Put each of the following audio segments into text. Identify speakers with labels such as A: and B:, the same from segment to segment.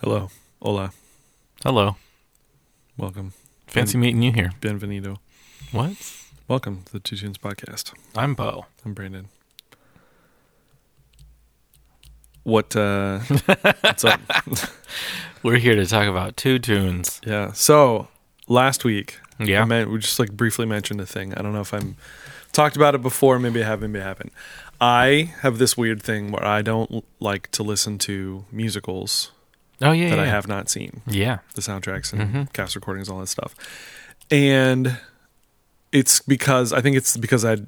A: Hello. Hola.
B: Hello.
A: Welcome.
B: Fancy meeting you here.
A: Bienvenido.
B: What?
A: Welcome to the Two Tunes Podcast.
B: I'm Bo.
A: I'm Brandon. What, uh, what's up?
B: We're here to talk about two tunes.
A: Yeah. So last week, I
B: Yeah.
A: meant, we just like briefly mentioned a thing. I don't know if I'm talked about it before. Maybe I have, maybe I haven't. I have this weird thing where I don't l- like to listen to musicals
B: Oh yeah.
A: that
B: yeah.
A: I have not seen.
B: Yeah.
A: the soundtracks and
B: Mhm.
A: cast recordings, all that stuff. And it's because I think it's because I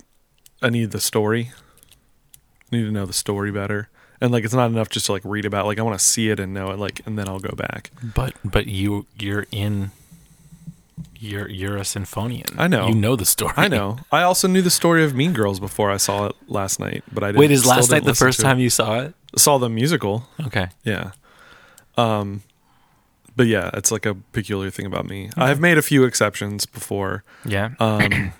A: I need the story. I need to know the story better. And like it's not enough just to like read about like I want to see it and know it like and then I'll go back.
B: But but you you're in you're you're a symphonian.
A: I know.
B: You know the story.
A: I know. I also knew the story of Mean Girls before I saw it last night, but I didn't
B: Wait, is
A: still
B: last
A: didn't
B: night the
A: listen
B: first
A: to it.
B: time you saw it?
A: I saw the musical?
B: Okay.
A: Yeah. Um but yeah, it's like a peculiar thing about me. I've made a few exceptions before.
B: Yeah.
A: Um,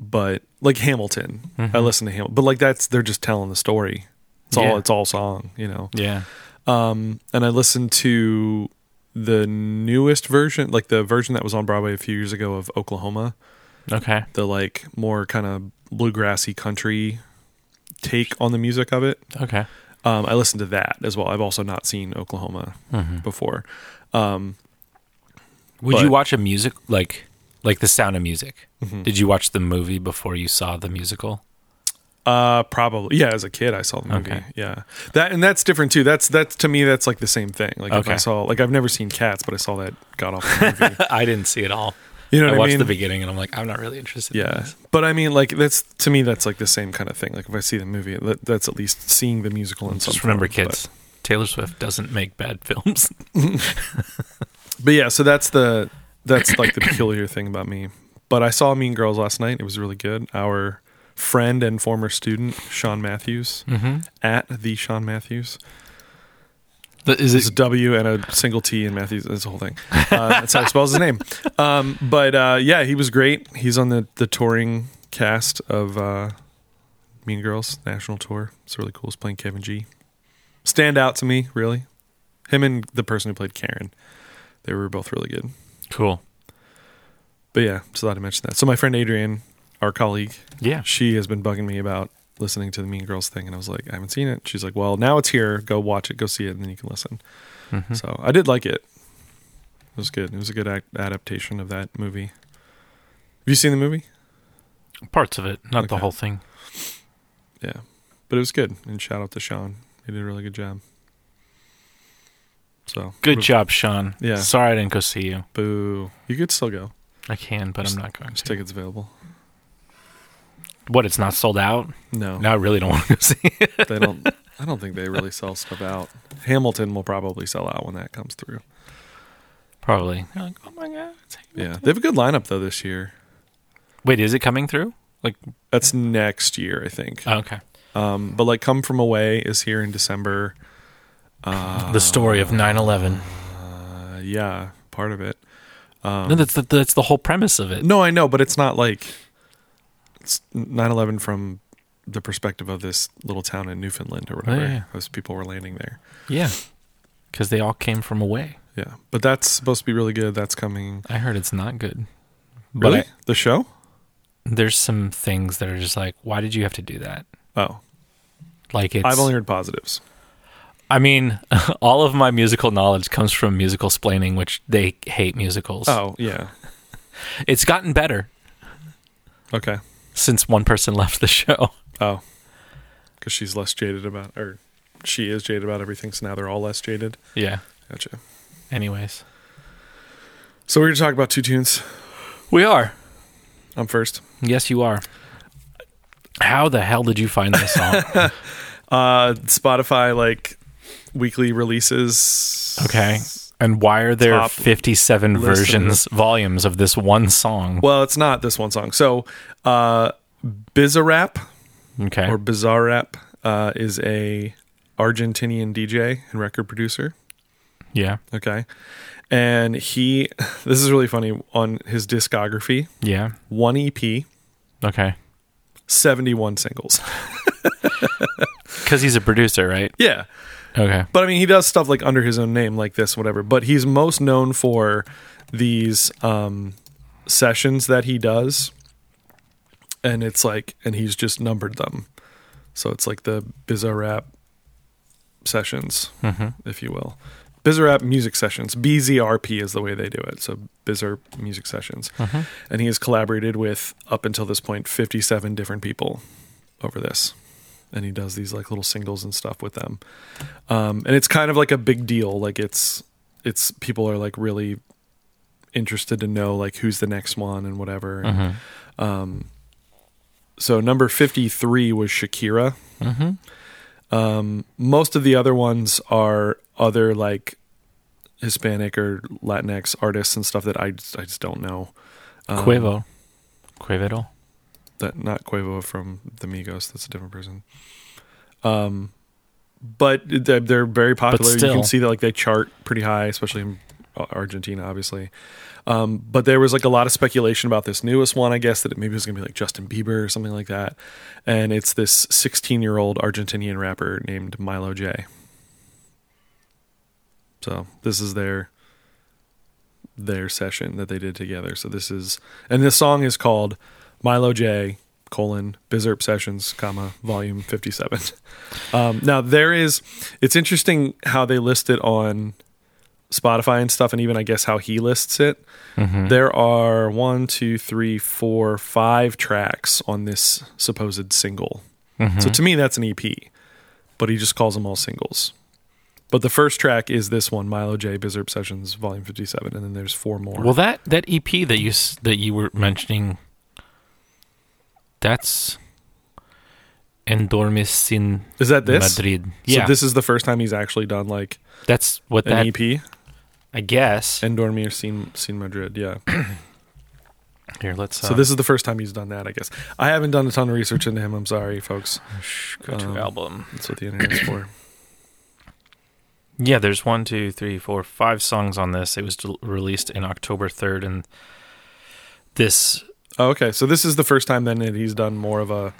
A: but like Hamilton, I
B: Mhm.
A: listen to Hamilton, but like that's they're just telling the story. It's all
B: Yeah.
A: it's all song, you know.
B: yeah.
A: Um, and I listened to the newest version, like the version that was on Broadway a few years ago of Oklahoma,
B: Okay.
A: the like more kind of bluegrassy country take on the music of it.
B: Okay.
A: Um, I listened to that as well. I've also not seen Oklahoma
B: Mhm.
A: before. Um,
B: Would
A: But-
B: you watch a music like like The Sound of Music?
A: Mhm.
B: Did you watch the movie before you saw the musical?
A: Uh, probably. Yeah, as a kid, I saw the movie.
B: Okay.
A: Yeah, that and that's different too. That's that's to me, that's like the same thing. Like if I
B: Okay.
A: saw, like I've never seen Cats, but I saw that god awful movie.
B: I didn't see it all.
A: You know
B: I
A: what I,
B: watched
A: mean?
B: the beginning and I'm like, I'm not really interested. in
A: yeah,
B: this.
A: but I mean, like that's to me, that's like the same kind of thing. Like if I see the movie, that, that's at least seeing the musical and
B: Just remember, kids, Taylor Swift doesn't make bad films.
A: But, but yeah, so that's the that's like the peculiar thing about me. But I saw Mean Girls last night. It was really good. Our friend and former student Sean Matthews
B: Mm-hmm.
A: at the Sean Matthews
B: is
A: It's a W and a single T in Matthew's this whole thing. Uh, that's how he spells his name. Um, but uh, yeah, he was great. He's on the the touring cast of uh, Mean Girls national tour. It's really cool. He's playing Kevin G. Stand out to me really. Him and the person who played Karen, they were both really good.
B: cool?
A: But yeah, so glad I mentioned that. So my friend Adrian, our colleague,
B: Yeah.
A: she has been bugging me about listening to the Mean Girls thing, and I was like, I haven't seen it. She's like, Well, now it's here. Go watch it. Go see it, and then you can listen.
B: Mhm.
A: So I did like it. It was good. It was a good ac adaptation of that movie. Have you seen the movie?
B: Parts of it, not the
A: Okay.
B: whole thing.
A: Yeah, but it was good. And shout out to Sean. He did a really good job. So
B: Good job, Sean.
A: Yeah.
B: Sorry I didn't go see you.
A: Boo! You could still go.
B: I can, but I'm not going
A: There's
B: to.
A: tickets available.
B: What? It's not sold out?
A: No,
B: No, I really don't want to go see it.
A: they don't. I don't think they really sell stuff out. Hamilton will probably sell out when that comes through.
B: Probably. You're like, oh my god. it's hanging
A: Yeah,
B: out
A: they have a good lineup though this year.
B: there. Wait, is it coming through? Like,
A: That's next year, I think.
B: oh, okay.
A: Um, but like, Come From Away is here in December. Uh,
B: the story of 9/11.
A: Uh, yeah, part of it. Um,
B: no,
A: no,
B: that's the, that's the whole premise of it.
A: I know, but it's not like it's 9/11 from the perspective of this little town in Newfoundland or whatever.
B: Oh, Yeah, yeah.
A: Those people were landing there.
B: Yeah. Because they all came from away.
A: Yeah, but that's supposed to be really good. That's coming.
B: I heard it's not good. But
A: Really,
B: I-
A: the show?
B: there's some things that are just like, why did you have to do that?
A: Oh,
B: Like, it's.
A: I've only heard positives.
B: I mean, all of my musical knowledge comes from musical splaining, which they hate musicals.
A: Oh, yeah.
B: It's gotten better
A: Okay.
B: since one person left the show.
A: Oh, because she's less jaded about, or she is jaded about everything. So now they're all less jaded.
B: Yeah.
A: Gotcha.
B: Anyways,
A: So we're gonna talk about two tunes.
B: we are.
A: I'm first.
B: Yes, you are. How the hell did you find this song?
A: Uh, Spotify like weekly releases.
B: Okay. And why are there
A: Top
B: 57
A: listen.
B: versions, volumes of this one song?
A: Well, it's not this one song. So, uh, Bizarrap
B: Okay.
A: or Bizarrap uh, is a Argentinian DJ and record producer.
B: yeah.
A: Okay, and he this is really funny on his discography:
B: Yeah.
A: one EP,
B: Okay.
A: seventy-one singles.
B: Because he's a producer, right?
A: yeah,
B: Okay.
A: But I mean, he does stuff like under his own name, like this, whatever. But he's most known for these um, sessions that he does, and it's like, and he's just numbered them. So it's like the Bizarre Rap sessions,
B: Mm-hmm.
A: if you will. Bizarre Rap music sessions. BZRP is the way they do it. So Bizarre music sessions,
B: Mm-hmm.
A: and he has collaborated with up until this point fifty-seven different people over this. And he does these like little singles and stuff with them um, and it's kind of like a big deal. Like it's it's people are like really interested to know like who's the next one and whatever. And, Um,
B: Mm-hmm.
A: so number fifty three was Shakira.
B: Mm-hmm.
A: Um, most of the other ones are other like Hispanic or Latinx artists and stuff that I just, I just don't know. Um,
B: Quavo. Mm-hmm. Quevedo.
A: that not Quavo from the Migos. That's a different person. Um, but they're, they're very popular. you
B: still.
A: can see that like they chart pretty high, especially in uh, Argentina, obviously. Um, but there was like a lot of speculation about this newest one. I guess that it maybe was going to be like Justin Bieber or something like that. And it's this 16 year old Argentinian rapper named Milo J. So this is their their session that they did together. So this is and this song is called Milo J colon Bizerp Sessions, comma, volume fifty seven. Um now there is it's interesting how they list it on Spotify and stuff and even I guess how he lists it.
B: Mm-hmm.
A: There are one, two, three, four, five tracks on this supposed single.
B: Mm-hmm.
A: So to me that's an EP. But he just calls them all singles. But the first track is this one, Milo J. Bizerp Sessions, Volume 57, and then there's four more.
B: Well, that that EP that you s- that you were mentioning, that's Endormis sin
A: is that this?
B: Madrid.
A: So
B: Yeah,
A: this is the first time he's actually done like
B: that's what
A: an E
B: that
A: EP.
B: I guess.
A: And Dormir Sin, Sin Madrid, yeah.
B: Here, let's
A: So this is the first time he's done that, I guess. I haven't done a ton of research into him. I'm sorry, folks.
B: uh, go
A: to
B: to
A: um,
B: album.
A: That's what the internet's for.
B: Yeah, there's one, two, three, four, five songs on this. It was del- released in October third, and this
A: Oh, okay, so this is the first time then that he's done more of a,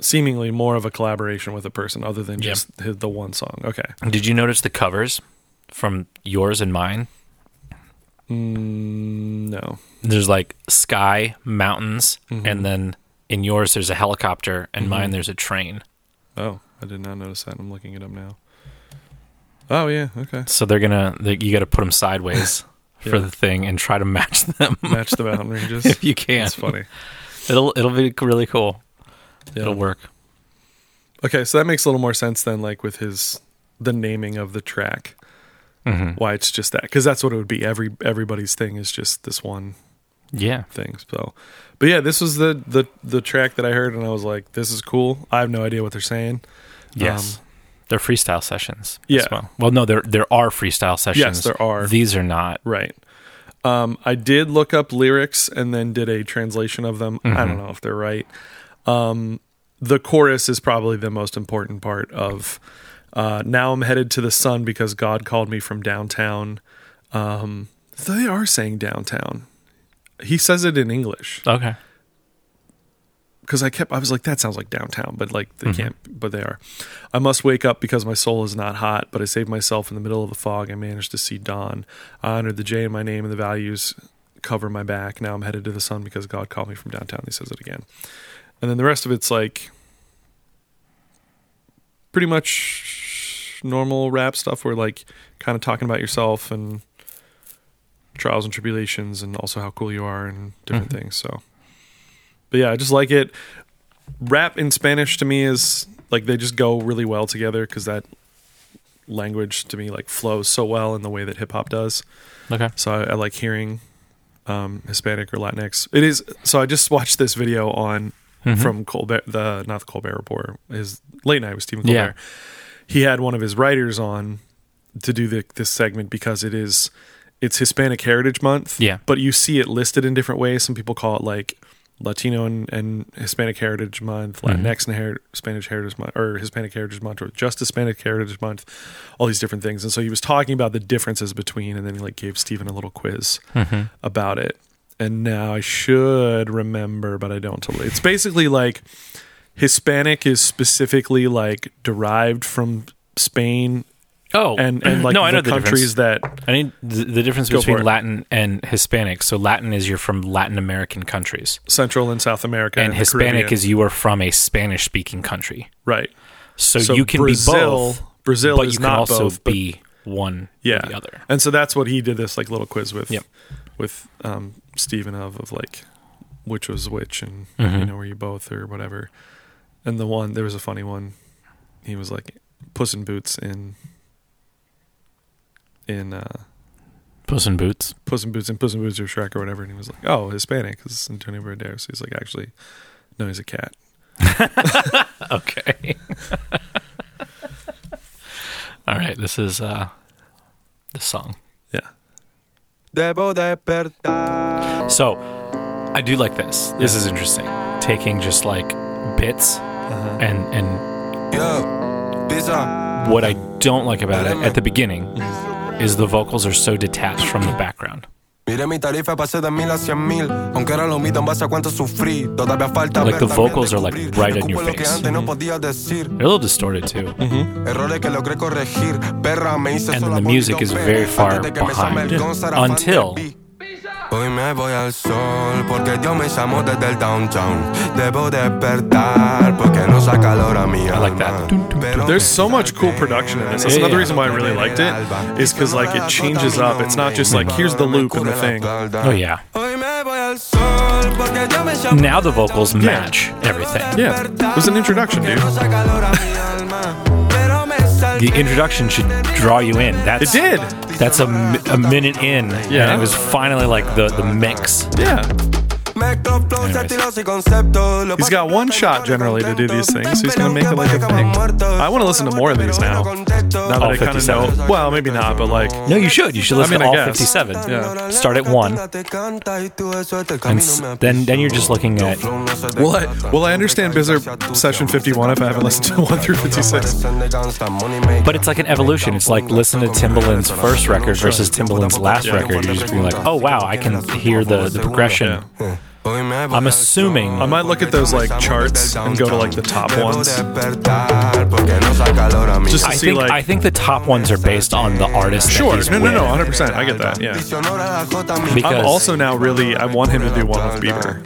A: seemingly more of a collaboration with a person other than
B: Yeah.
A: just his, the one song. Okay.
B: Did you notice the covers from yours and mine?
A: Mm, no. Mm-hmm.
B: There's like sky, mountains, and then in yours there's a helicopter, and mine there's a train.
A: Oh, I did not notice that. I'm looking it up now. Oh, yeah, okay.
B: So they're gonna they, you got to put them sideways for
A: Yeah.
B: the thing and try to match them
A: Match the mountain ranges.
B: if you can.
A: That's funny.
B: It'll it'll be really cool.
A: Yeah.
B: It'll work.
A: Okay, so that makes a little more sense then, like with his the naming of the track,
B: Mhm.
A: why it's just that because that's what it would be. Every everybody's thing is just this one
B: Yeah,
A: thing. So, but yeah, this was the the the track that I heard and I was like, this is cool. I have no idea what they're saying.
B: yes.
A: Um,
B: they're freestyle sessions.
A: Yeah.
B: As well. well, no, there there are freestyle sessions.
A: there are.
B: These are not.
A: Right. Um, I did look up lyrics and then did a translation of them. I don't know if they're right. Um, the chorus is probably the most important part of. Uh, now I'm headed to the sun because God called me from downtown. Um, they are saying downtown. He says it in English
B: Okay.
A: because I kept I was like that sounds like downtown, but like they can't, but they are. I must wake up because my soul is not hot, but I saved myself in the middle of the fog. I managed to see dawn. I honored the J in my name and the values cover my back. Now I'm headed to the sun because God called me from downtown. He says it again, and then the rest of it's like pretty much normal rap stuff. Where like kind of talking about yourself and trials and tribulations, and also how cool you are and different things. So. But yeah, I just like it. Rap in Spanish to me is like they just go really well together because that language to me like flows so well in the way that hip hop does.
B: Okay.
A: So I, I like hearing um, Hispanic or Latinx. It is so. I just watched this video on
B: Mm-hmm.
A: from Colbert, the not the Colbert Report, his late night with Stephen Colbert.
B: Yeah.
A: He had one of his writers on to do the, this segment because it is it's Hispanic Heritage Month.
B: Yeah.
A: but you see it listed in different ways. Some people call it like Latino and, and Hispanic Heritage Month,
B: Mm-hmm.
A: Latinx and Her- Spanish Heritage Month, or Hispanic Heritage Month, or just Hispanic Heritage Month, all these different things. And so he was talking about the differences between, and then he like gave Stephen a little quiz
B: Mm-hmm.
A: about it. And now I should remember, but I don't totally. It's basically like Hispanic is specifically like derived from Spain
B: Oh,
A: and and like
B: no,
A: the
B: I know the
A: countries that
B: I mean, the, the difference
A: Go for
B: between
A: it.
B: Latin and Hispanic. So Latin is you're from Latin American countries,
A: Central and South America
B: and
A: the
B: Hispanic
A: Caribbean.
B: is you are from a Spanish speaking country.
A: right.
B: So, you can
A: Brazil,
B: be both,
A: Brazil
B: but
A: is
B: you can
A: not
B: also
A: both, but
B: be one
A: yeah,
B: or the other.
A: And so that's what he did this like little quiz with,
B: Yep.
A: with um, Stephen of of like which was which and you
B: Mhm.
A: know were you both or whatever. And the one there was a funny one. He was like Puss in Boots in in uh,
B: Puss in Boots.
A: Puss in Boots and Puss in Boots or Shrek or whatever, and he was like, "Oh, Hispanic." This is Antonio Banderas. He's like, "Actually, no, he's a cat."
B: Okay. All right. This is uh, the song.
A: Yeah,
C: Debo despertar.
B: So I do like this. This is interesting. Taking just like bits
A: Uh-huh.
B: and and
C: Yo, pizza.
B: what I don't like about it at the beginning is the vocals are so detached from the background.
C: Mire mi tarifa, pasé de mil a cien mil. Aunque ahora lo mido en base a cuánto sufrí. Todavía falta
B: Like, the
C: ver, también
B: vocals are, like,
C: descubrir.
B: right in your
C: Escupo lo que
B: face. Mm-hmm.
C: antes no podía decir.
B: They're a little distorted too.
C: Errores que logré corregir. Perra, me hice
B: And
C: sola
B: then the
C: por
B: music
C: dos
B: is
C: veces.
B: very far
C: Antes de que me llame
B: behind
C: el Gonza, era fan de
B: until-
C: Pi. Hoy me voy al sol porque Dios me llamó desde el downtown. Debo despertar porque no saca la hora mi
B: like
C: alma.
B: that. Dun,
C: Pero
A: There's so much cool production in this. That's
B: Yeah,
A: another
B: yeah.
A: reason why I really liked it, is because like it changes up. It's not just like here's the loop and the thing.
B: Oh yeah.
C: Hoy me voy al sol porque Dios me llamó
B: Now the vocals match everything.
A: Yeah, it was an introduction, dude.
C: No saca la hora mi alma, pero me
B: The
C: salté.
B: introduction should draw you in.
A: It
B: That's
A: did.
B: That's a, mi- a minute in.
A: Yeah.
B: And it was finally like the the mix.
A: Yeah,
C: Mezclo flow,
B: Anyways.
C: sentidos y conceptos. Lo
A: he's got one shot generally to do these things. He's gonna make it like a thing. I want to listen to more of these now. Now that
B: All
A: I kind of
B: 57.
A: know. Well, maybe not, but like
B: No, you should. You should
A: I mean,
B: listen to
A: I
B: all
A: guess.
B: 57.
A: Yeah.
B: Start at one. And s- then then you're just looking at
A: Will I, will I understand Bizarre Session 51 if I haven't listened to 1 through 56?
B: But it's like an evolution. It's like listen to Timbaland's first record versus Timbaland's last record. You're just being like, oh wow, I can hear the, the progression.
A: Yeah.
C: I'm
B: I'm assuming-
A: I might look at those, like, charts and go to, like, the top ones. Just to
B: I
A: see
B: think
A: like
B: I think the top ones are based on the artist.
A: sure,
B: that he's
A: no, no,
B: with.
A: no, 100. percent I get that. Yeah,
B: Because-
A: I'm also now really I want him to do one with Bieber.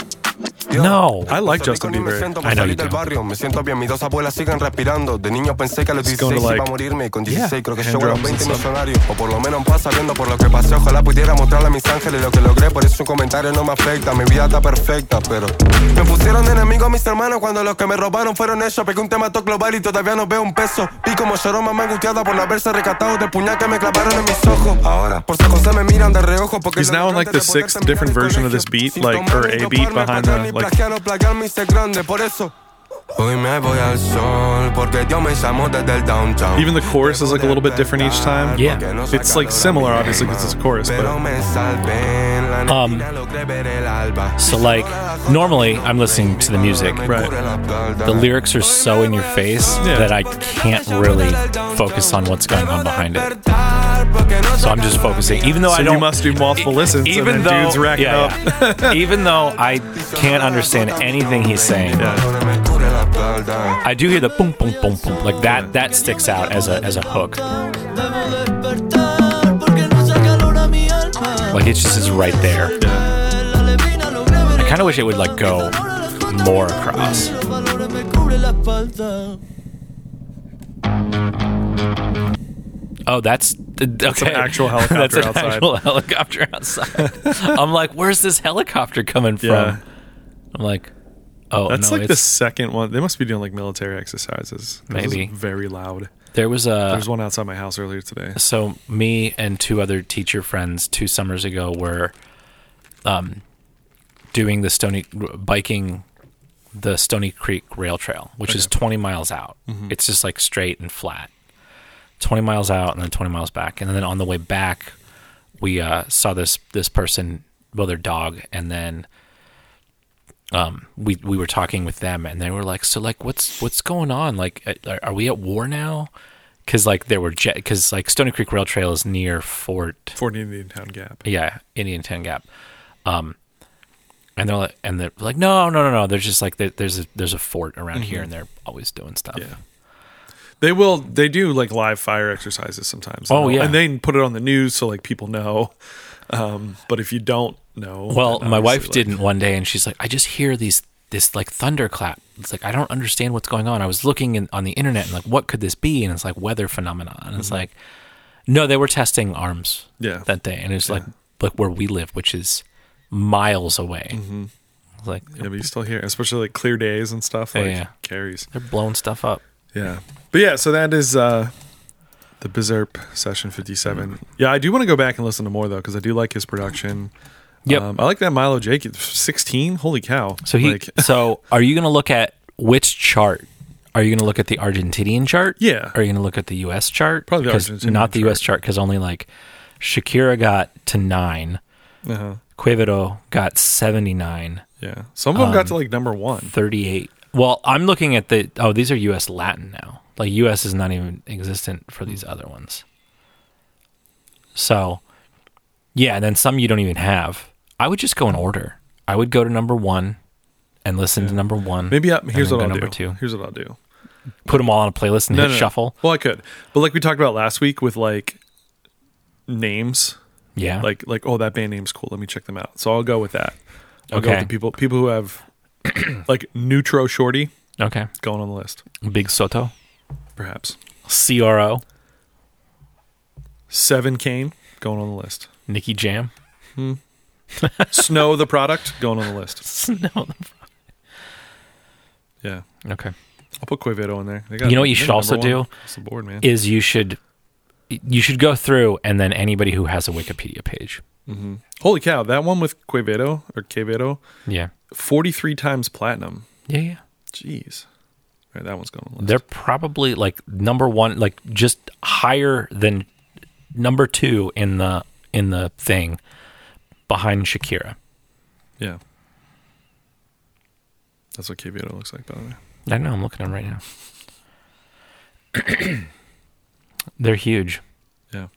B: No.
A: I like Justin Bieber.
B: I know you do.
C: Me siento bien, mis dos abuelas siguen respirando. De niño pensé que a los
A: It's going to
C: 16 iba a
A: like-
C: morirme. Con 16 creo que
A: hand
C: llego a los
A: drums and
C: 20
A: stuff.
C: millonario. O por lo menos pasa viendo por lo que pasé. Ojalá pudiera mostrarle a mis ángeles lo que logré. Por eso un comentario no me afecta. Mi vida está perfecta, pero. Me pusieron de enemigo mis hermanos cuando los que me robaron fueron ellos. Pegué un tema top global y todavía no veo un peso. Y como lloró mamá angustiada por no haberse rescatado del puñal que me clavaron en mis ojos. Ahora, por si cosas me miran de reojo porque.
A: He's now in, like, the sixth different version of this beat, like, or a beat behind the, like-
C: Hoy me voy al sol porque Dios me llamó desde el downtown.
A: Even the chorus is like a little bit different each time.
B: Yeah.
A: It's, like, similar, obviously, 'cause it's a chorus, but-
C: Um,
B: So like normally I'm listening to the music. The lyrics are so in your face
A: Yeah.
B: that I can't really focus on what's going on behind it. So I'm just focusing, even though I
A: So
B: don't. e-,
A: you must do multiple listens, and
B: even
A: then
B: though,
A: dudes racking
B: yeah,
A: up.
B: yeah. even though I can't understand anything he's saying, I do hear the boom, boom, boom, boom. Like that, that sticks out as a as a hook.
D: Debo despertar porque no se acalora mi alma.
B: Like it's just is right there.
D: La alebrina logré ver
B: I kind of wish it would like go more across.
D: los valores me cubre la espalda.
B: Oh, that's okay.
A: actual helicopter
B: that's an
A: outside.
B: actual helicopter outside. I'm like, where's this helicopter coming from?
A: Yeah.
B: I'm like, oh,
A: That's
B: no,
A: like the
B: it's-
A: second one. They must be doing like military exercises. That was
B: Maybe.
A: very loud.
B: There was
A: There
B: a
A: was one outside my house earlier today.
B: so me and two other teacher friends two summers ago were um, doing the Stony biking the Stony Creek Rail Trail, which is 20 miles out. It's just like straight and flat. 20 miles out and then 20 miles back, and then on the way back, we uh, saw this this person, well, their dog, and then um, we we were talking with them, and they were like, "So, like, what's what's going on? Like, uh, are, are we at war now?" Because like there were jet, because like Stony Creek Rail Trail is near Fort
A: Fort Indian Town Gap.
B: yeah, Indian Ten Gap. Um, and they're like, and they're like,
A: Mm-hmm.
B: no, no, no, no. There's just like there- there's a there's a fort around here, and they're always doing stuff.
A: Yeah. They will. They do like live fire exercises sometimes.
B: Oh, yeah.
A: and they put it on the news so like people know. Um, but if you don't know,
B: Well,
A: then
B: my wife
A: obviously, like-
B: didn't one day, and she's like, "I just hear these this like thunderclap." It's like I don't understand what's going on. I was looking in, on the internet and like, what could this be? And it's like weather phenomenon. And
A: Mm-hmm.
B: it's like, no, they were testing arms
A: Yeah.
B: that day, and it's like like where we live, which is miles away. It's Like
A: Mm-hmm. Yeah, but you still hear, especially like clear days and stuff.
B: Yeah,
A: Like
B: yeah.
A: carries.
B: they're blowing stuff up.
A: Yeah. But yeah, so that is uh the Berserp session 57.
B: Mm.
A: Yeah, I do want to go back and listen to more though because I do like his production. Um,
B: Yep.
A: I like that Milo Jake 16. Holy cow.
B: So he.
A: like,
B: so are you going to look at which chart? Are you going to look at the Argentinian chart?
A: Yeah.
B: Are you going to look at the U.S. chart?
A: Probably the
B: 'Cause
A: Argentinian
B: not the
A: chart.
B: U.S. chart because only like Shakira got to nine.
A: uh-huh.
B: Quevedo got 79,
A: yeah. Some
B: Um,
A: of them got to like number 1.
B: 38. Well, I'm looking at the oh, these are US Latin now. Like US is not even existent for
A: Hmm.
B: these other ones. So, yeah, and then some you don't even have. I would just go in order. I would go to number 1 and listen to number 1.
A: Maybe I, here's
B: then
A: what
B: go
A: I'll
B: number
A: do.
B: two.
A: Here's what I'll do.
B: put them all on a playlist and
A: No,
B: hit
A: no, no.
B: shuffle.
A: Well, I could. But like we talked about last week with like names,
B: Yeah.
A: like like oh that band name's cool, let me check them out. So I'll go with that. I'll go
B: Okay.
A: with the people people who have like Neutro Shorty
B: okay.
A: going on the list,
B: Big Soto,
A: perhaps.
B: CRO,
A: Seven Kane going on the list.
B: Nikki Jam.
A: Snow the product going on the list.
B: no.
A: Yeah,
B: Okay.
A: I'll put Quevedo in there. They
B: You know what you
A: they're
B: should
A: number
B: also
A: one.
B: do?
A: It's the board, man.
B: is you should you should go through and then anybody who has a Wikipedia page.
A: Holy cow, that one with Quevedo or Quevedo,
B: Yeah.
A: forty three times platinum.
B: Yeah, yeah.
A: Jeez, All right, that one's going on the list.
B: They're probably like number 1 like just higher than number 2 in the in the thing behind Shakira.
A: yeah, that's what Quevedo looks like, by the way.
B: I know I'm looking at them right now. They're huge.
A: Yeah,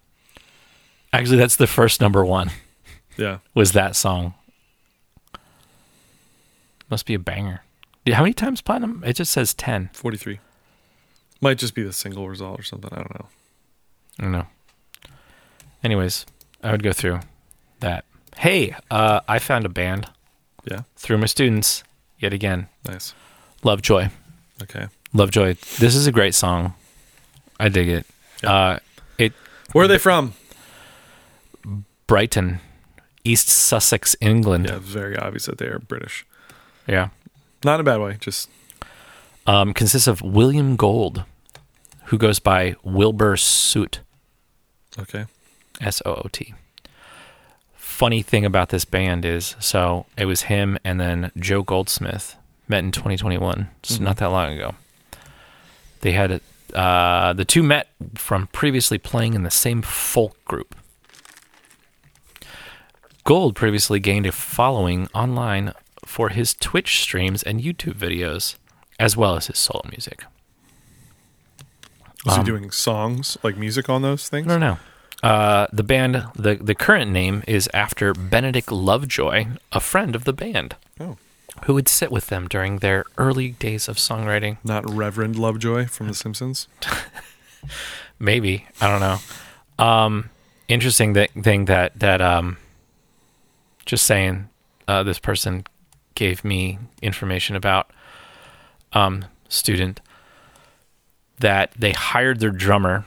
B: Actually, that's the first number 1
A: yeah.
B: was that song. Must be a banger. Yeah, How many times platinum? It just says 10.
A: 43. Might just be the single result or something. I don't know.
B: I don't know. Anyways, I would go through that. Hey, uh, I found a band
A: Yeah.
B: through my students yet again.
A: Nice.
B: Lovejoy.
A: Okay.
B: Lovejoy. This is a great song. I dig it. Uh, it
A: Where are they from?
B: Brighton, East Sussex, England.
A: Yeah, very obvious that they are British.
B: Yeah.
A: Not in a bad way. Just
B: Um, consists of William Gold, who goes by Wilbur Soot.
A: okay.
B: S O O T. Funny thing about this band is so it was him and then Joe Goldsmith met in 2021, so not that long ago. They had a, uh, the two met from previously playing in the same folk group. Gold previously gained a following online for his Twitch streams and YouTube videos, as well as his solo music. Um,
A: Was he doing songs like music on those things?
B: No, no. Uh, the band, the, the current name is after Benedict Lovejoy, a friend of the band,
A: Oh,
B: who would sit with them during their early days of songwriting.
A: not Reverend Lovejoy from The Simpsons.
B: Maybe I don't know. Um, interesting that thing that that um, just saying uh, this person gave me information about um, student that they hired their drummer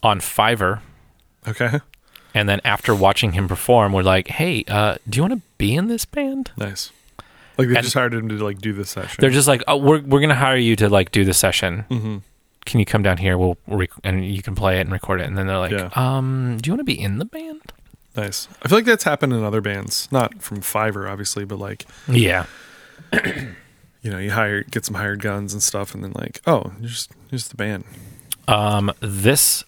B: on Fiverr
A: Okay,
B: and then after watching him perform we're like hey uh, do you want to be in this band
A: nice. Like they
B: And-
A: just hired him to like do this session. Mm-hmm,
B: they're just like oh, we're, we're gonna hire you to like do the session can you come down here we'll rec- and you can play it and record it and then they're like
A: Yeah.
B: um do you want to be in the band
A: nice. I feel like that's happened in other bands, not from Fiverr, obviously, but like
B: yeah
A: you know, you hire get some hired guns and stuff, and then like, oh, you're just here's the band.
B: um this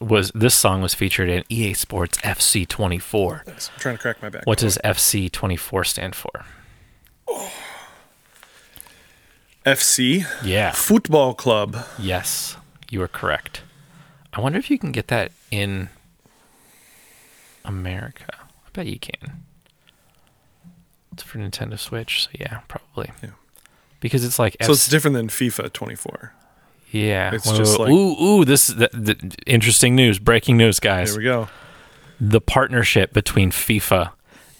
B: was this song was featured in ea sports fc24
A: Nice. I'm trying to crack my back.
B: what does fc24 stand for
A: FC
B: yeah
A: Football Club?
B: Yes, you are correct. I wonder if you can get that in America. I bet you can. It's for Nintendo Switch, so yeah, probably.
A: Yeah.
B: because it's like
A: So it's different than FIFA 24.
B: yeah.
A: it's
B: Whoa,
A: just
B: whoa,
A: like-
B: ooh ooh this the, the, interesting news, breaking news, guys.
A: There we go.
B: The partnership between FIFA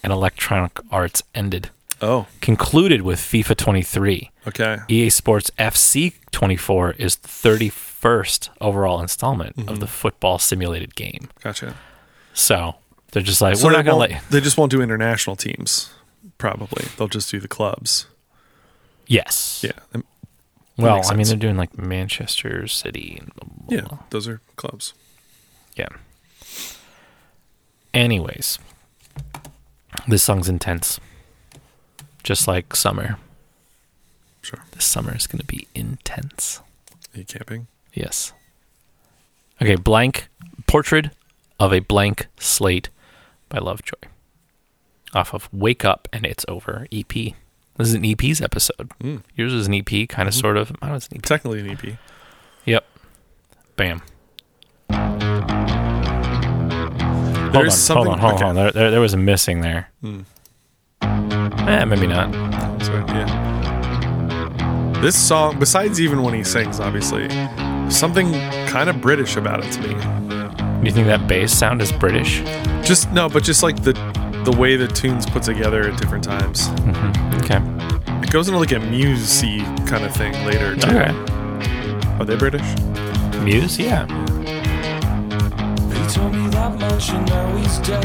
B: and Electronic Arts ended,
A: Oh,
B: concluded with FIFA 23.
A: okay.
B: EA E Sports FC 24 is the 31st overall installment
A: Mm-hmm.
B: of the football simulated game.
A: Gotcha.
B: So they're just like,
A: So
B: we're
A: they
B: not going to let
A: won't-
B: you.
A: They just won't do international teams, probably. They'll just do the clubs.
B: Yes.
A: Yeah. Um,
B: Well,
A: makes
B: I mean,
A: sense.
B: they're doing like Manchester City. And blah, blah,
A: Yeah.
B: blah.
A: Those are clubs.
B: Yeah. Anyways, this song's intense. Just like summer.
A: Sure.
B: This summer is going to be intense.
A: Are you camping?
B: Yes. Okay, blank portrait of a blank slate by Lovejoy. Off of Wake Up and It's Over EP. This is an EP's episode.
A: Mm.
B: Yours is an EP, kind of, sort of. Mine was an EP.
A: Technically an E EP.
B: Yep. Bam. Hold
A: There's
B: on,
A: something-
B: hold on, hold
A: okay.
B: on. There, there, there was a missing there. Eh, maybe not.
A: That's right, yeah. This song, besides even when he sings, obviously, something kind of British about it to me.
B: Do you think that bass sound is British?
A: Just no, but just like the the way the tunes put together at different times.
B: Mm-hmm. Okay.
A: It goes into like a musey kind of thing later. Too.
B: Okay.
A: Are they British?
B: Muse? Yeah.
E: He told me that much and now he's dead.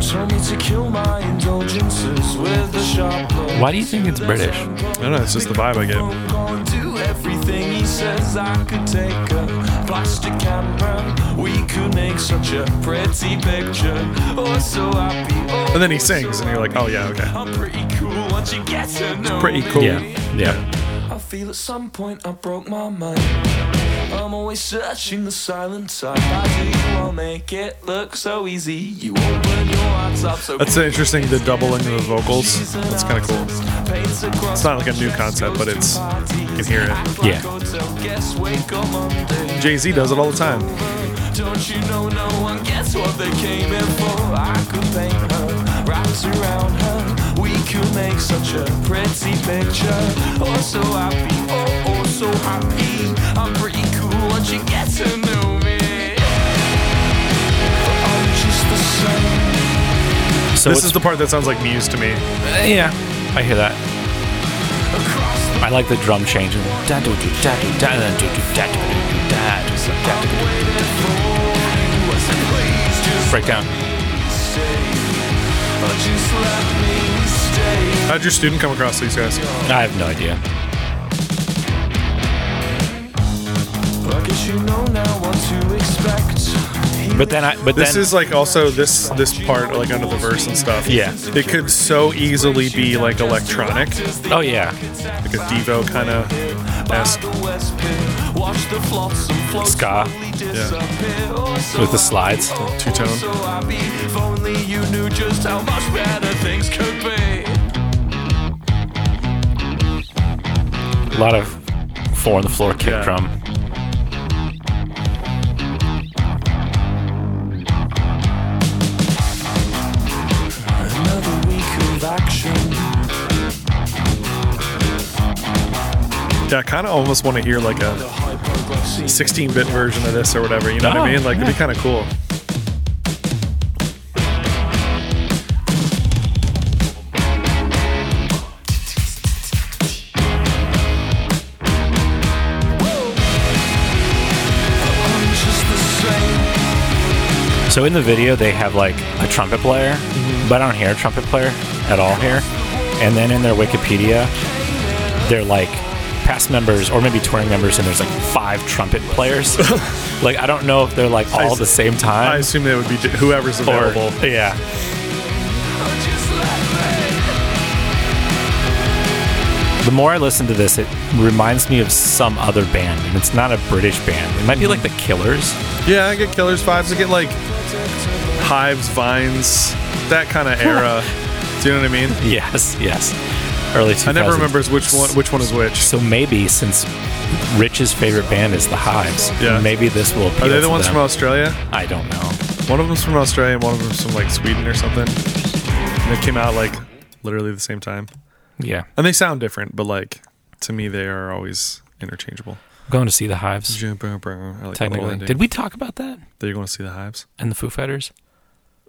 E: Told me to kill my indulgences with a sharp blow.
B: Why do you think it's British?
A: I don't know. It's just the vibe I get.
E: Gone to everything he says I could take a plastic camera. We could make such a pretty picture. Oh, so happy. Oh,
A: And then he sings, and you're like, oh yeah, okay.
E: I'm pretty cool once you get to know
A: pretty
E: me.
A: cool.
B: Yeah. Yeah.
E: I feel at some point I broke my mind. I'm always searching the silent side. How do you all make it look so easy? You open your eyes up so
A: That's interesting. The doubling of the vocals. That's kind of cool.
E: It's
A: not like a new concept, but it's-
E: you
A: can hear it.
B: Yeah.
E: Yeah.
A: Jay Z does it all the time.
E: Don't you know no one gets what they came in for? I could paint her, wraps around her. We could make such a pretty picture. Oh, so happy, oh, oh, so happy. I'm pretty cool once you get to know me. But I'm just the same.
B: So
A: this
B: it's-
A: is the part that sounds like Muse to me.
B: Yeah, I hear that. I like the drum change. Breakdown.
E: But just let me stay.
A: How'd your student come across these guys?
B: I have no idea.
E: I guess you know now what to expect.
B: But then I. But
A: This
B: then,
A: is like also this this part like under the verse and stuff.
B: Yeah.
A: it could so easily be like electronic,
B: Oh yeah.
A: like a Devo kind of esque.
B: Ska.
E: Yeah.
B: With the slides.
A: Two tone.
E: Oh, So happy if only you knew just how much better things could be.
B: A lot of four on the floor kick
A: Yeah.
B: drum.
E: Another week of action.
A: Yeah, I kind of almost want to hear like a
E: Hypoglycemia.
A: 16-bit version of this or whatever. You know what I
B: Oh,
A: mean? Like it'd be kind of cool.
E: I'm just the same.
B: So in the video they have like a trumpet player, but I don't hear a trumpet player at all here. And then in their Wikipedia, they're like past members or maybe touring members, and there's like five trumpet players. like I don't know if they're like all
A: s-
B: the same
A: I
B: time
A: assume they would be j- whoever's
B: or
A: available.
B: yeah.
E: I'm just like me.
B: The more I listen to this, it reminds me of some other band, and it's not a British band. It might be like the Killers.
A: Yeah, I get Killers vibes. I get like Hives, Vines, that kind of era. Do you know what I mean?
B: Yes, yes. Early 2000s.
A: I never remember which one which one is which.
B: So maybe since Rich's favorite band is the Hives,
A: Yeah.
B: maybe this will appeal.
A: Are they
B: to
A: the ones
B: them.
A: from Australia?
B: I don't know.
A: One of them's from Australia, and one of them's from like Sweden or something. And they came out like literally the same time,
B: Yeah,
A: and they sound different, but like to me, they are always interchangeable.
B: going to see the Hives.
A: I like that little
B: Technically,
A: ending.
B: did we talk about that
A: That you're going to see the Hives
B: and the Foo Fighters?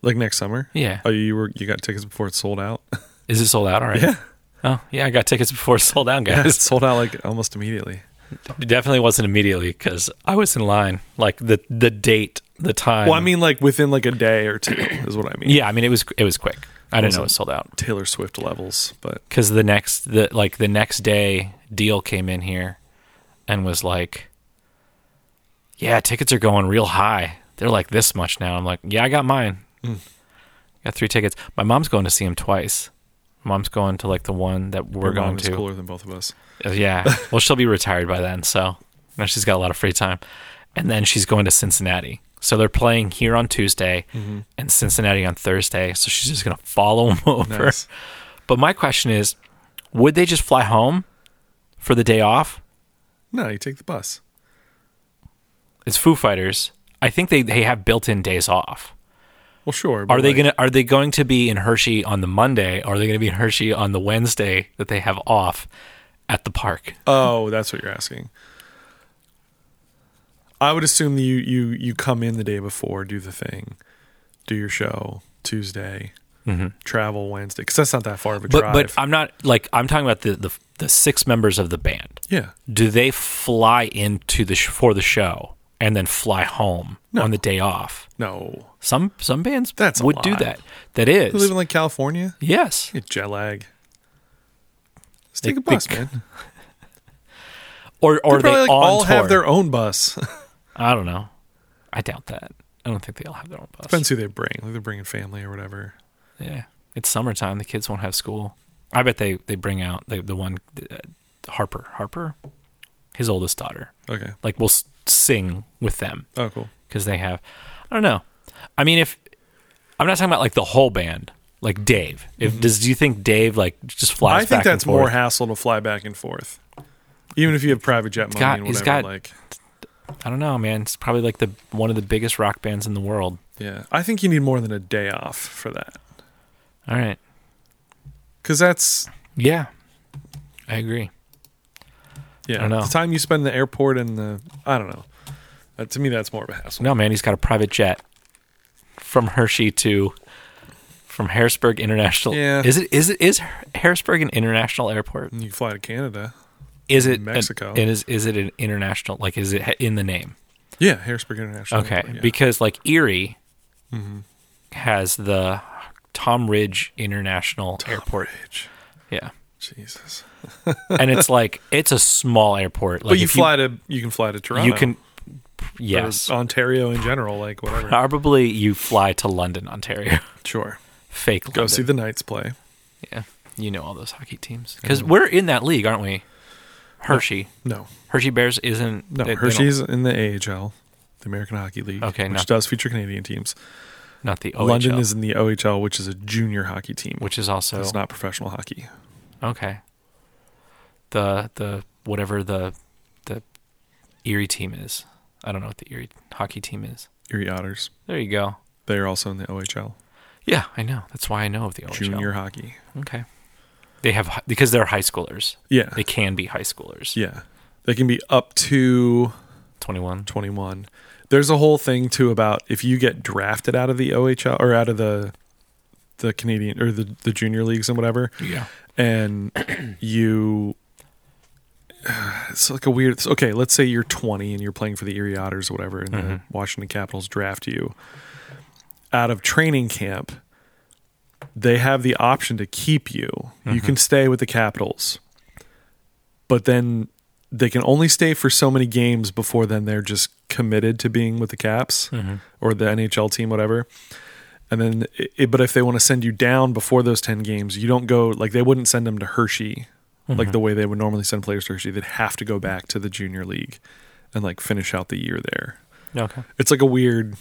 A: like next summer?
B: Yeah.
A: Oh, you were you got tickets before it sold out?
B: Is it sold out already?
A: Yeah.
B: Oh yeah, I got tickets before it sold out,
A: Yeah,
B: guys.
A: it sold out like almost immediately.
B: It definitely wasn't immediately because I was in line. Like the the date, the time.
A: Well, I mean, like within like a day or two is what I mean.
B: yeah, I mean it was it was quick. I didn't know it was sold out
A: Taylor Swift levels, but
B: because the next the like the next day deal came in here and was like, yeah, tickets are going real high. They're like this much now. I'm like, yeah, I got mine. Got three tickets. My mom's going to see him twice. My mom's going to like the one that we're
A: your mom
B: going
A: is
B: to.
A: cooler than both of us.
B: Uh, Yeah. Well, she'll be retired by then, so now she's got a lot of free time. And then she's going to Cincinnati. So they're playing here on Tuesday and Cincinnati on Thursday. So she's just going to follow them over.
A: Nice.
B: But my question is, would they just fly home for the day off?
A: No, you take the bus.
B: It's Foo Fighters. I think they, they have built-in days off.
A: Well, sure.
B: Are they gonna Are they going to be in Hershey on the Monday? Or are they going to be in Hershey on the Wednesday that they have off at the park?
A: Oh, that's what you're asking. I would assume that you you you come in the day before, do the thing, do your show Tuesday, travel Wednesday because that's not that far of a
B: Mm-hmm. But
A: drive.
B: but I'm not like I'm talking about the the, the six members of the band.
A: yeah,
B: do they fly into the sh- for the show and then fly home on the day off?
A: no,
B: Some some bands
A: That's a
B: would do
A: lot.
B: that. That
A: you live
B: is
A: in like California,
B: yes.
A: you get jet lag. Just take
B: They-
A: a bus,
B: they-
A: man.
B: Or or
A: They
B: they
A: probably like,
B: on
A: all
B: tour.
A: have their own bus.
B: I don't know. I doubt that. I don't think they all have their own bus.
A: Depends who they bring. Like they're bringing family or whatever.
B: Yeah, it's summertime. The kids won't have school. I bet they they bring out the the one uh, Harper Harper, his oldest daughter.
A: Okay.
B: Like we'll s- sing with them.
A: Oh, cool.
B: because they have i don't know i mean if i'm not talking about like the whole band like dave if does do you think dave like just flies
A: I think
B: back
A: that's
B: and forth?
A: more hassle to fly back and forth, even if you have private jet money
B: got-
A: and
B: he's
A: whatever.
B: got-
A: like,
B: i don't know man it's probably like the one of the biggest rock bands in the world
A: yeah, I think you need more than a day off for that.
B: all right
A: because that's
B: yeah i agree
A: yeah
B: I don't know.
A: the time you spend in the airport and the I don't know. Uh, to me, that's more of a hassle.
B: no man he's got a private jet from hershey to from harrisburg international
A: Yeah.
B: is it is it is harrisburg an international airport
A: You can fly to Canada.
B: is it an-
A: Mexico.
B: it is is it an international like is it in the name
A: Yeah, Harrisburg International.
B: Okay,
A: Airport, yeah. Mm-hmm.
B: because like Erie has the Tom Ridge International Airport.
A: Bridge.
B: Yeah,
A: Jesus.
B: and it's like it's a small airport. Like
A: but you
B: if
A: fly to you can fly to Toronto.
B: you can
A: or
B: yes, Ah,
A: Ontario in general, like whatever.
B: probably you fly to London, Ontario.
A: sure.
B: Fake
A: Go
B: London.
A: see the Knights play.
B: yeah. You know all those hockey teams because we're in that league, aren't we? Hershey,
A: No,
B: Hershey Bears isn't
A: no.
B: they- they don't-
A: Hershey's in the AHL, the American Hockey League.
B: Okay,
A: which
B: not-
A: does feature Canadian teams.
B: not the OHL,
A: London is in the OHL, which is a junior hockey team,
B: which is also
A: is not professional hockey.
B: Okay. The the whatever the the Erie team is. I don't know what the Erie hockey team is.
A: Erie Otters.
B: There you go.
A: They are also in the OHL,
B: Yeah, I know. That's why I know of the OHL.
A: junior hockey.
B: Okay. They have hi- because they're high schoolers.
A: Yeah,
B: They can be high schoolers.
A: Yeah. They can be up to
B: 21.
A: 21. There's a whole thing too about if you get drafted out of the OHL or out of the the Canadian or the, the junior leagues and whatever
B: Yeah.
A: and you it's like a weird okay, let's say you're 20 and you're playing for the Erie Otters or whatever and the Washington Capitals draft you out of training camp. They have the option to keep you. You can stay with the Capitals but then they can only stay for so many games before then they're just committed to being with the Caps or the NHL team, whatever. And then, i but if they want to send you down before those 10 games, you don't go, like, they wouldn't send them to Hershey, like the way they would normally send players to Hershey. They'd have to go back to the junior league and, like, finish out the year there.
B: Okay.
A: It's like a weird,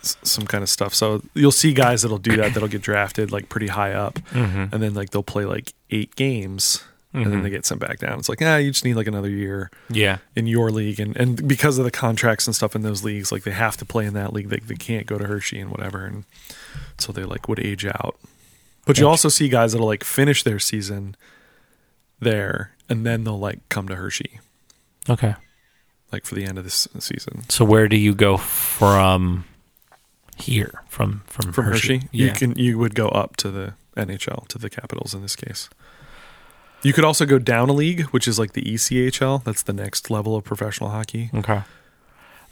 A: s- some kind of stuff. So you'll see guys that'll do that, that'll get drafted, like, pretty high up.
B: Mm-hmm.
A: And then, like, they'll play, like, eight games and then they get sent back down. It's like, ah, you just need, like, another year
B: Yeah.
A: in your league and, and because of the contracts and stuff in those leagues like they have to play in that league they, they can't go to hershey and whatever and so they like would age out but you also see guys that'll like finish their season there, and then they'll like come to Hershey,
B: Okay.
A: like for the end of this season.
B: So where do you go from here? From from,
A: From Hershey,
B: Yeah.
A: you can you would go up to the NHL to the Capitals in this case. You could also go down a league, which is like the E ECHL. That's the next level of professional hockey.
B: Okay. I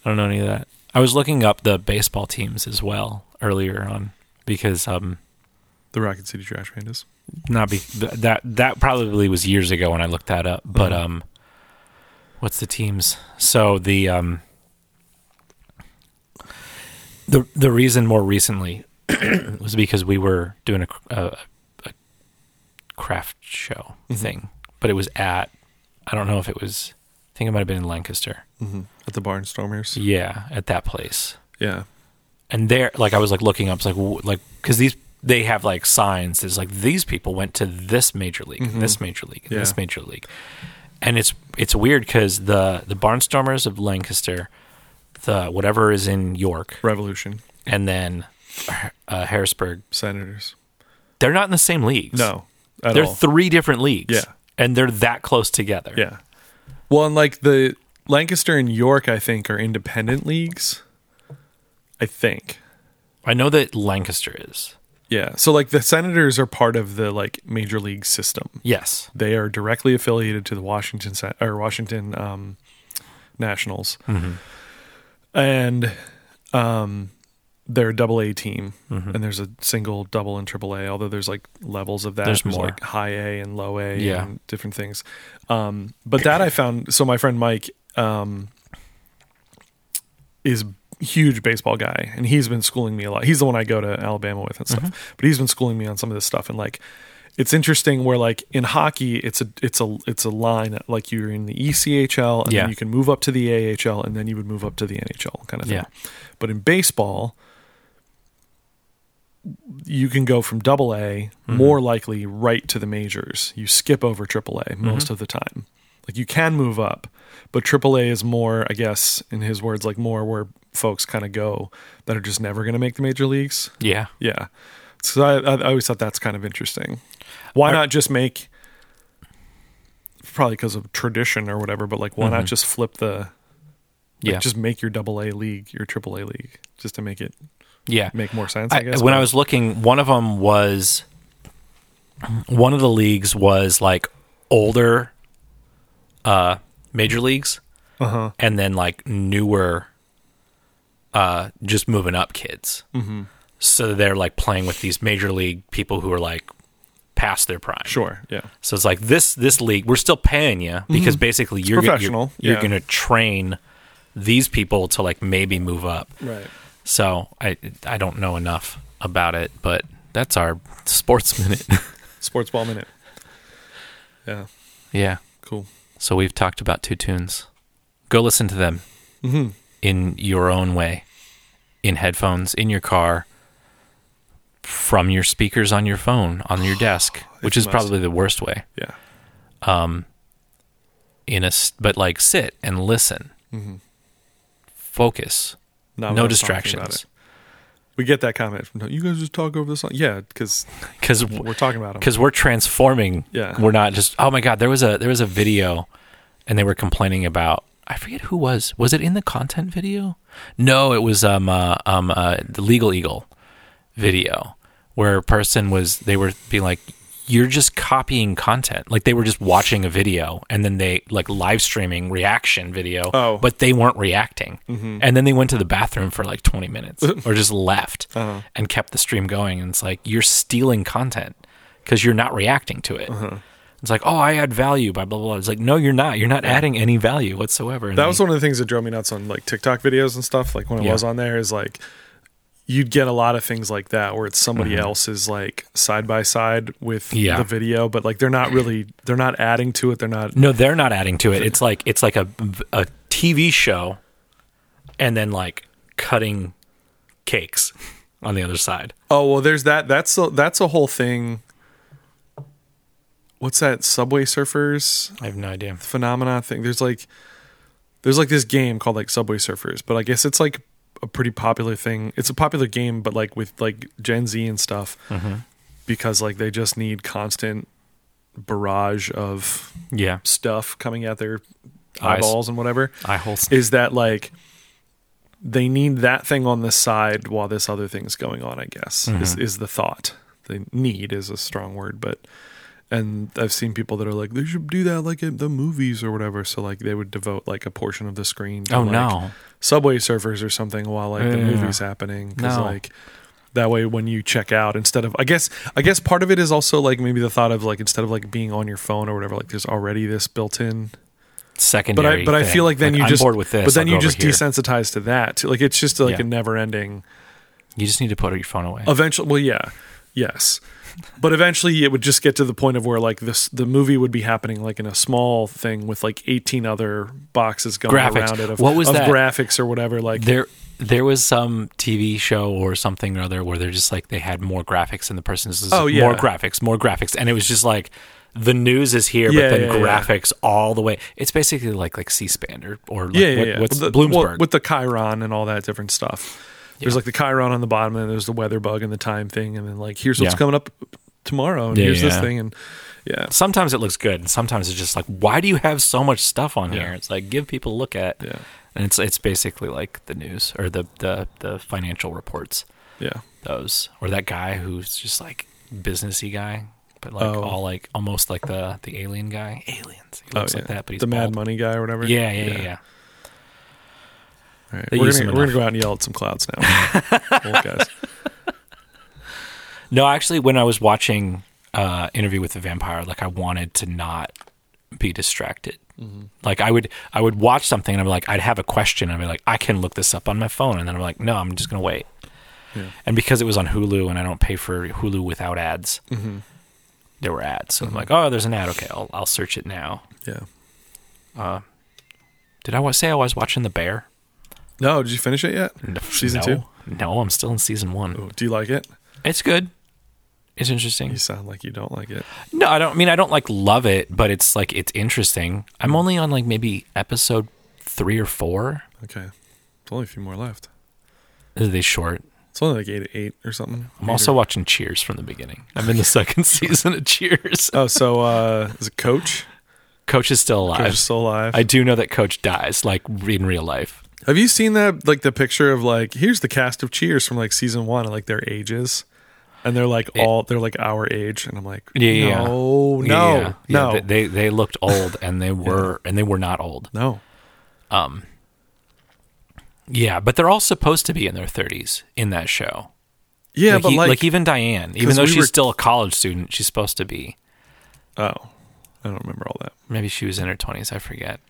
B: don't know any of that. I was looking up the baseball teams as well earlier on because um
A: The Rocket City Trash Pandas.
B: not be th- that that probably was years ago when I looked that up. But
A: Mhm.
B: um, what's the teams? So the um, the the reason more recently was because we were doing a cr- a, a craft show thing, but it was at I don't know if it was I think it might have been in Lancaster.
A: hmm at the Barnstormers.
B: Yeah, at that place
A: Yeah,
B: and there like i was like looking up it's like w- like because these they have like signs that's like these people went to this major league and this major league and
A: Mm-hmm. Yeah.
B: this major league and it's it's weird because the the barnstormers of lancaster the whatever is in york
A: Revolution
B: and then uh, harrisburg
A: Senators.
B: they're not in the same leagues
A: No, at
B: they're
A: all.
B: three different leagues
A: Yeah.
B: and they're that close together
A: yeah. Well, and like the Lancaster and York, I think are independent leagues. I think.
B: i know that lancaster is
A: Yeah. So like the Senators are part of the like major league system.
B: yes
A: They are directly affiliated to the Washington Sen- or Washington um, Nationals,
B: Mm-hmm.
A: and um, they're a double A team.
B: Mm-hmm.
A: And there's a single, double, and triple A. Although there's like levels of that.
B: There's more.
A: like high A and low A
B: Yeah.
A: and different things. Um, but that I found. So my friend Mike um, is a huge baseball guy, and he's been schooling me a lot. He's the one I go to Alabama with and stuff.
B: Mm-hmm.
A: But he's been schooling me on some of this stuff, and like. It's interesting where like in hockey it's a it's a it's a line like you're in the E ECHL and
B: Yeah.
A: then you can move up to the AHL and then you would move up to the NHL kind of thing.
B: Yeah.
A: But in baseball, you can go from double A more likely right to the majors. You skip over triple A most of the time. Like you can move up, but triple A is more, I guess, in his words, like more where folks kind of go that are just never going to make the major leagues.
B: yeah
A: Yeah. So I, I always thought that's kind of interesting. Why not just make, probably because of tradition or whatever, but like why not just flip the, like,
B: yeah
A: just make your double A league, your triple A league, just to make it
B: yeah
A: make more sense, I,
B: I,
A: guess.
B: when I
A: but-
B: was looking, one of them was one of the leagues was like older uh major leagues
A: Uh-huh.
B: and then like newer uh just moving up kids. Mm-hmm. So they're like playing with these major league people who are like past their prime.
A: Sure. Yeah.
B: So it's like this this league, we're still paying you because basically you're gonna-
A: professional,
B: you're,
A: yeah.
B: you're going to train these people to like maybe move up.
A: Right.
B: So I I don't know enough about it, but that's our sports minute.
A: Sports ball minute. Yeah.
B: yeah.
A: Cool.
B: So we've talked about two tunes. Go listen to them
A: Mm-hmm.
B: in your own way, in headphones, in your car, from your speakers on your phone, on your desk, which is
A: must.
B: probably the worst way.
A: Yeah.
B: In a s- but like sit and listen, focus,
A: Mm-hmm. Not without
B: no
A: talking about
B: distractions,
A: it. We get that comment from you guys just talk over the song. Yeah, because
B: because
A: we're talking about them.
B: because we're transforming.
A: Yeah.
B: we're not just. Oh my god, there was a there was a video, and they were complaining about. I forget who was. Was it in the content video? No, it was um uh, um uh, the Legal Eagle video where a person was they were being like you're just copying content like they were just watching a video and then they like live streaming reaction video
A: Oh. Mm-hmm.
B: but they weren't reacting and then they went to the bathroom for like 20 minutes or just left
A: Uh-huh.
B: and kept the stream going and it's like you're stealing content because you're not reacting to it
A: Uh-huh.
B: it's like oh i add value by blah blah blah it's like no you're not you're not adding any value whatsoever And
A: That
B: then-
A: was one of the things that drove me nuts on like TikTok videos and stuff. Like when I
B: Yeah.
A: was on there, is like you'd get a lot of things like that where it's somebody else's like side by side with
B: Mm-hmm. Yeah.
A: the video, but like they're not really they're not adding to it. They're not
B: No, they're not adding to it. It's like it's like a a TV show, and then like cutting cakes on the other side.
A: Oh well, there's that. That's a, that's a whole thing. What's that Subway Surfers
B: I have no idea.
A: phenomena thing? There's like there's like this game called like Subway Surfers, but I guess it's like a pretty popular thing. It's a popular game, but like with like Gen Z and stuff, because like they just need constant barrage of
B: Yeah.
A: stuff coming at their
B: Eyes.
A: eyeballs and whatever
B: Eye holes.
A: is that like they need that thing on the side while this other thing's going on i guess is,
B: Mm-hmm.
A: is the thought they need is a strong word but and i've seen people that are like they should do that like at the movies or whatever so like they would devote like a portion of the screen to
B: Oh,
A: like,
B: no.
A: subway surfers or something while like the
B: Yeah.
A: movie's happening because
B: No.
A: like that way when you check out instead of i guess i guess part of it is also like maybe the thought of like instead of like being on your phone or whatever like there's already this built in but
B: Secondary.
A: I but I
B: thing.
A: feel like then you
B: I'm
A: just
B: bored with this.
A: but then
B: I'll
A: you
B: go
A: just
B: over here.
A: desensitize to that. too. Like it's just like
B: Yeah.
A: a never ending.
B: You just need to put your phone away.
A: Eventually, well, yeah, yes, but eventually it would just get to the point of where like this the movie would be happening like in a small thing with like eighteen other boxes going
B: Graphics.
A: around it of,
B: What was
A: of
B: that?
A: graphics or whatever. Like
B: there there was some TV show or something or other where they're just like they had more graphics and the person is just
A: Oh,
B: like,
A: yeah.
B: more graphics, more graphics, and it was just like the news is here,
A: Yeah,
B: but then
A: yeah, yeah.
B: graphics all the way. It's basically like like C-SPAN or or like,
A: yeah, yeah,
B: what-
A: yeah.
B: what's
A: Well, the-
B: Bloomsburg
A: well, with the Chiron and all that different stuff. There's like the Chiron on the bottom, and there's the weather bug and the time thing, and then like here's what's
B: Yeah.
A: coming up tomorrow, and
B: Yeah,
A: here's this
B: yeah.
A: thing, and yeah,
B: sometimes it looks good and sometimes it's just like why do you have so much stuff on
A: Yeah.
B: here it's like give people a look at
A: Yeah.
B: and it's it's basically like the news or the the, the financial reports
A: yeah.
B: those or that guy who's just like businessy guy but like
A: Oh.
B: all like almost like the the alien guy aliens he
A: Oh,
B: looks
A: yeah.
B: like that but he's
A: the Mad
B: bald.
A: Money guy or whatever.
B: yeah yeah yeah, yeah.
A: All right.
B: They
A: We're
B: use
A: gonna,
B: them
A: we're gonna
B: enough.
A: go out and yell at some clouds now. Old guys.
B: no actually when i was watching uh interview with the vampire like i wanted to not be distracted
A: Mm-hmm.
B: like i would i would watch something and i'm like i'd have a question and i'd be like i can look this up on my phone and then i'm like no i'm just gonna wait and because it was on hulu and i don't pay for hulu without ads
A: Mm-hmm.
B: there were ads so i'm like oh there's an ad okay i'll, I'll search it now
A: Yeah.
B: did i wa- say i was watching the bear
A: No, did you finish it yet? Season
B: no.
A: two.
B: no i'm still in season one
A: Oh, do you like it?
B: it's good it's interesting
A: You sound like you don't like it.
B: No, I don't I mean I don't like love it, but it's like it's interesting. I'm only on like maybe episode three or four.
A: Okay. There's only a few more left.
B: Are they short?
A: It's only like eight to eight or something.
B: I'm
A: Eight
B: also
A: or-
B: watching Cheers from the beginning. I'm in the second season of Cheers.
A: Oh, so uh is it Coach?
B: Coach is still
A: Coach
B: alive.
A: is still alive.
B: I do know that Coach dies, like in real life.
A: Have you seen that like the picture of like here's the cast of Cheers from like season one and like their ages? And they're like all they're like our age, and I'm like,
B: Yeah, yeah, yeah.
A: no,
B: Yeah,
A: no,
B: yeah. Yeah,
A: no,
B: they- they they looked old, and they were and they were not old.
A: no.
B: Yeah, but they're all supposed to be in their 30s in that show.
A: Yeah,
B: like,
A: but
B: e-
A: like,
B: even Diane, even
A: 'cause
B: though
A: we
B: she's
A: were-
B: still a college student, she's supposed to be.
A: oh, I don't remember all that.
B: maybe she was in her 20s i forget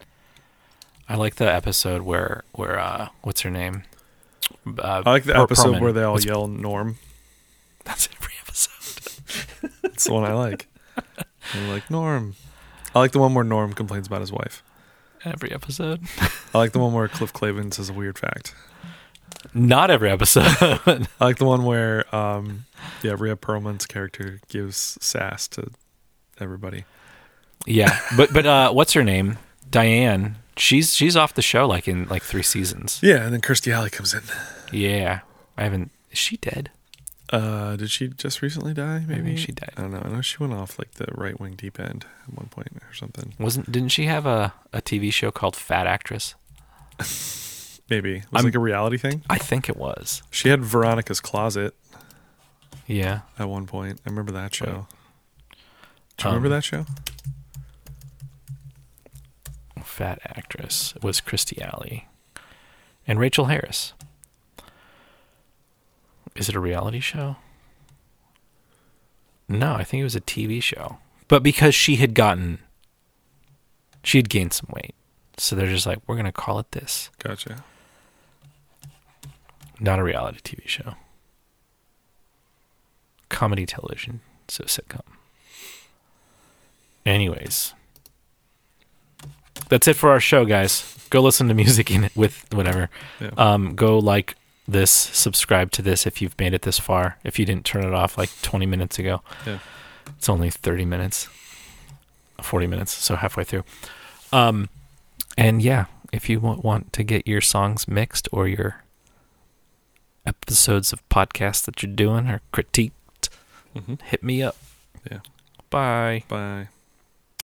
B: i like the episode where where uh what's her name uh,
A: I like the
B: Per-
A: episode
B: Perlman.
A: where they all
B: It's-
A: yell Norm.
B: that's every episode
A: It's the one I like. I like Norm. I like the one where Norm complains about his wife.
B: every episode
A: I like the one where Cliff Clavin says a weird fact.
B: not every episode
A: I like the one where, um, yeah, Rhea Perlman's character gives sass to everybody.
B: yeah but but uh what's her name diane she's she's off the show like in like three seasons
A: Yeah, and then Kirstie Alley comes in.
B: yeah i haven't is she dead
A: Uh, did she just recently die? Maybe
B: she died.
A: I don't know. I know she went off like the right wing deep end at one point or something.
B: wasn't didn't she have a, a tv show called fat actress
A: Maybe it was
B: I'm-
A: like a reality thing.
B: i think it was
A: She had Veronica's Closet
B: yeah
A: at one point. I remember that show.
B: Right.
A: Do you remember
B: Um,
A: that show?
B: fat actress was Christy Alley and Rachel Harris. Is it a reality show? No, I think it was a TV show. But because she had gotten, she had gained some weight. So they're just like, we're going to call it this.
A: Gotcha.
B: Not a reality TV show. Comedy television, so sitcom. Anyways, that's it for our show, guys. Go listen to music in it with whatever.
A: Yeah.
B: Um, go like this, subscribe to this if you've made it this far. If you didn't turn it off like 20 minutes ago,
A: Yeah.
B: it's only 30 minutes, 40 minutes, so halfway through. Um, and yeah, if you want, want to get your songs mixed or your episodes of podcasts that you're doing or critiqued,
A: Mhm.
B: hit me up.
A: Yeah.
B: Bye.
A: Bye.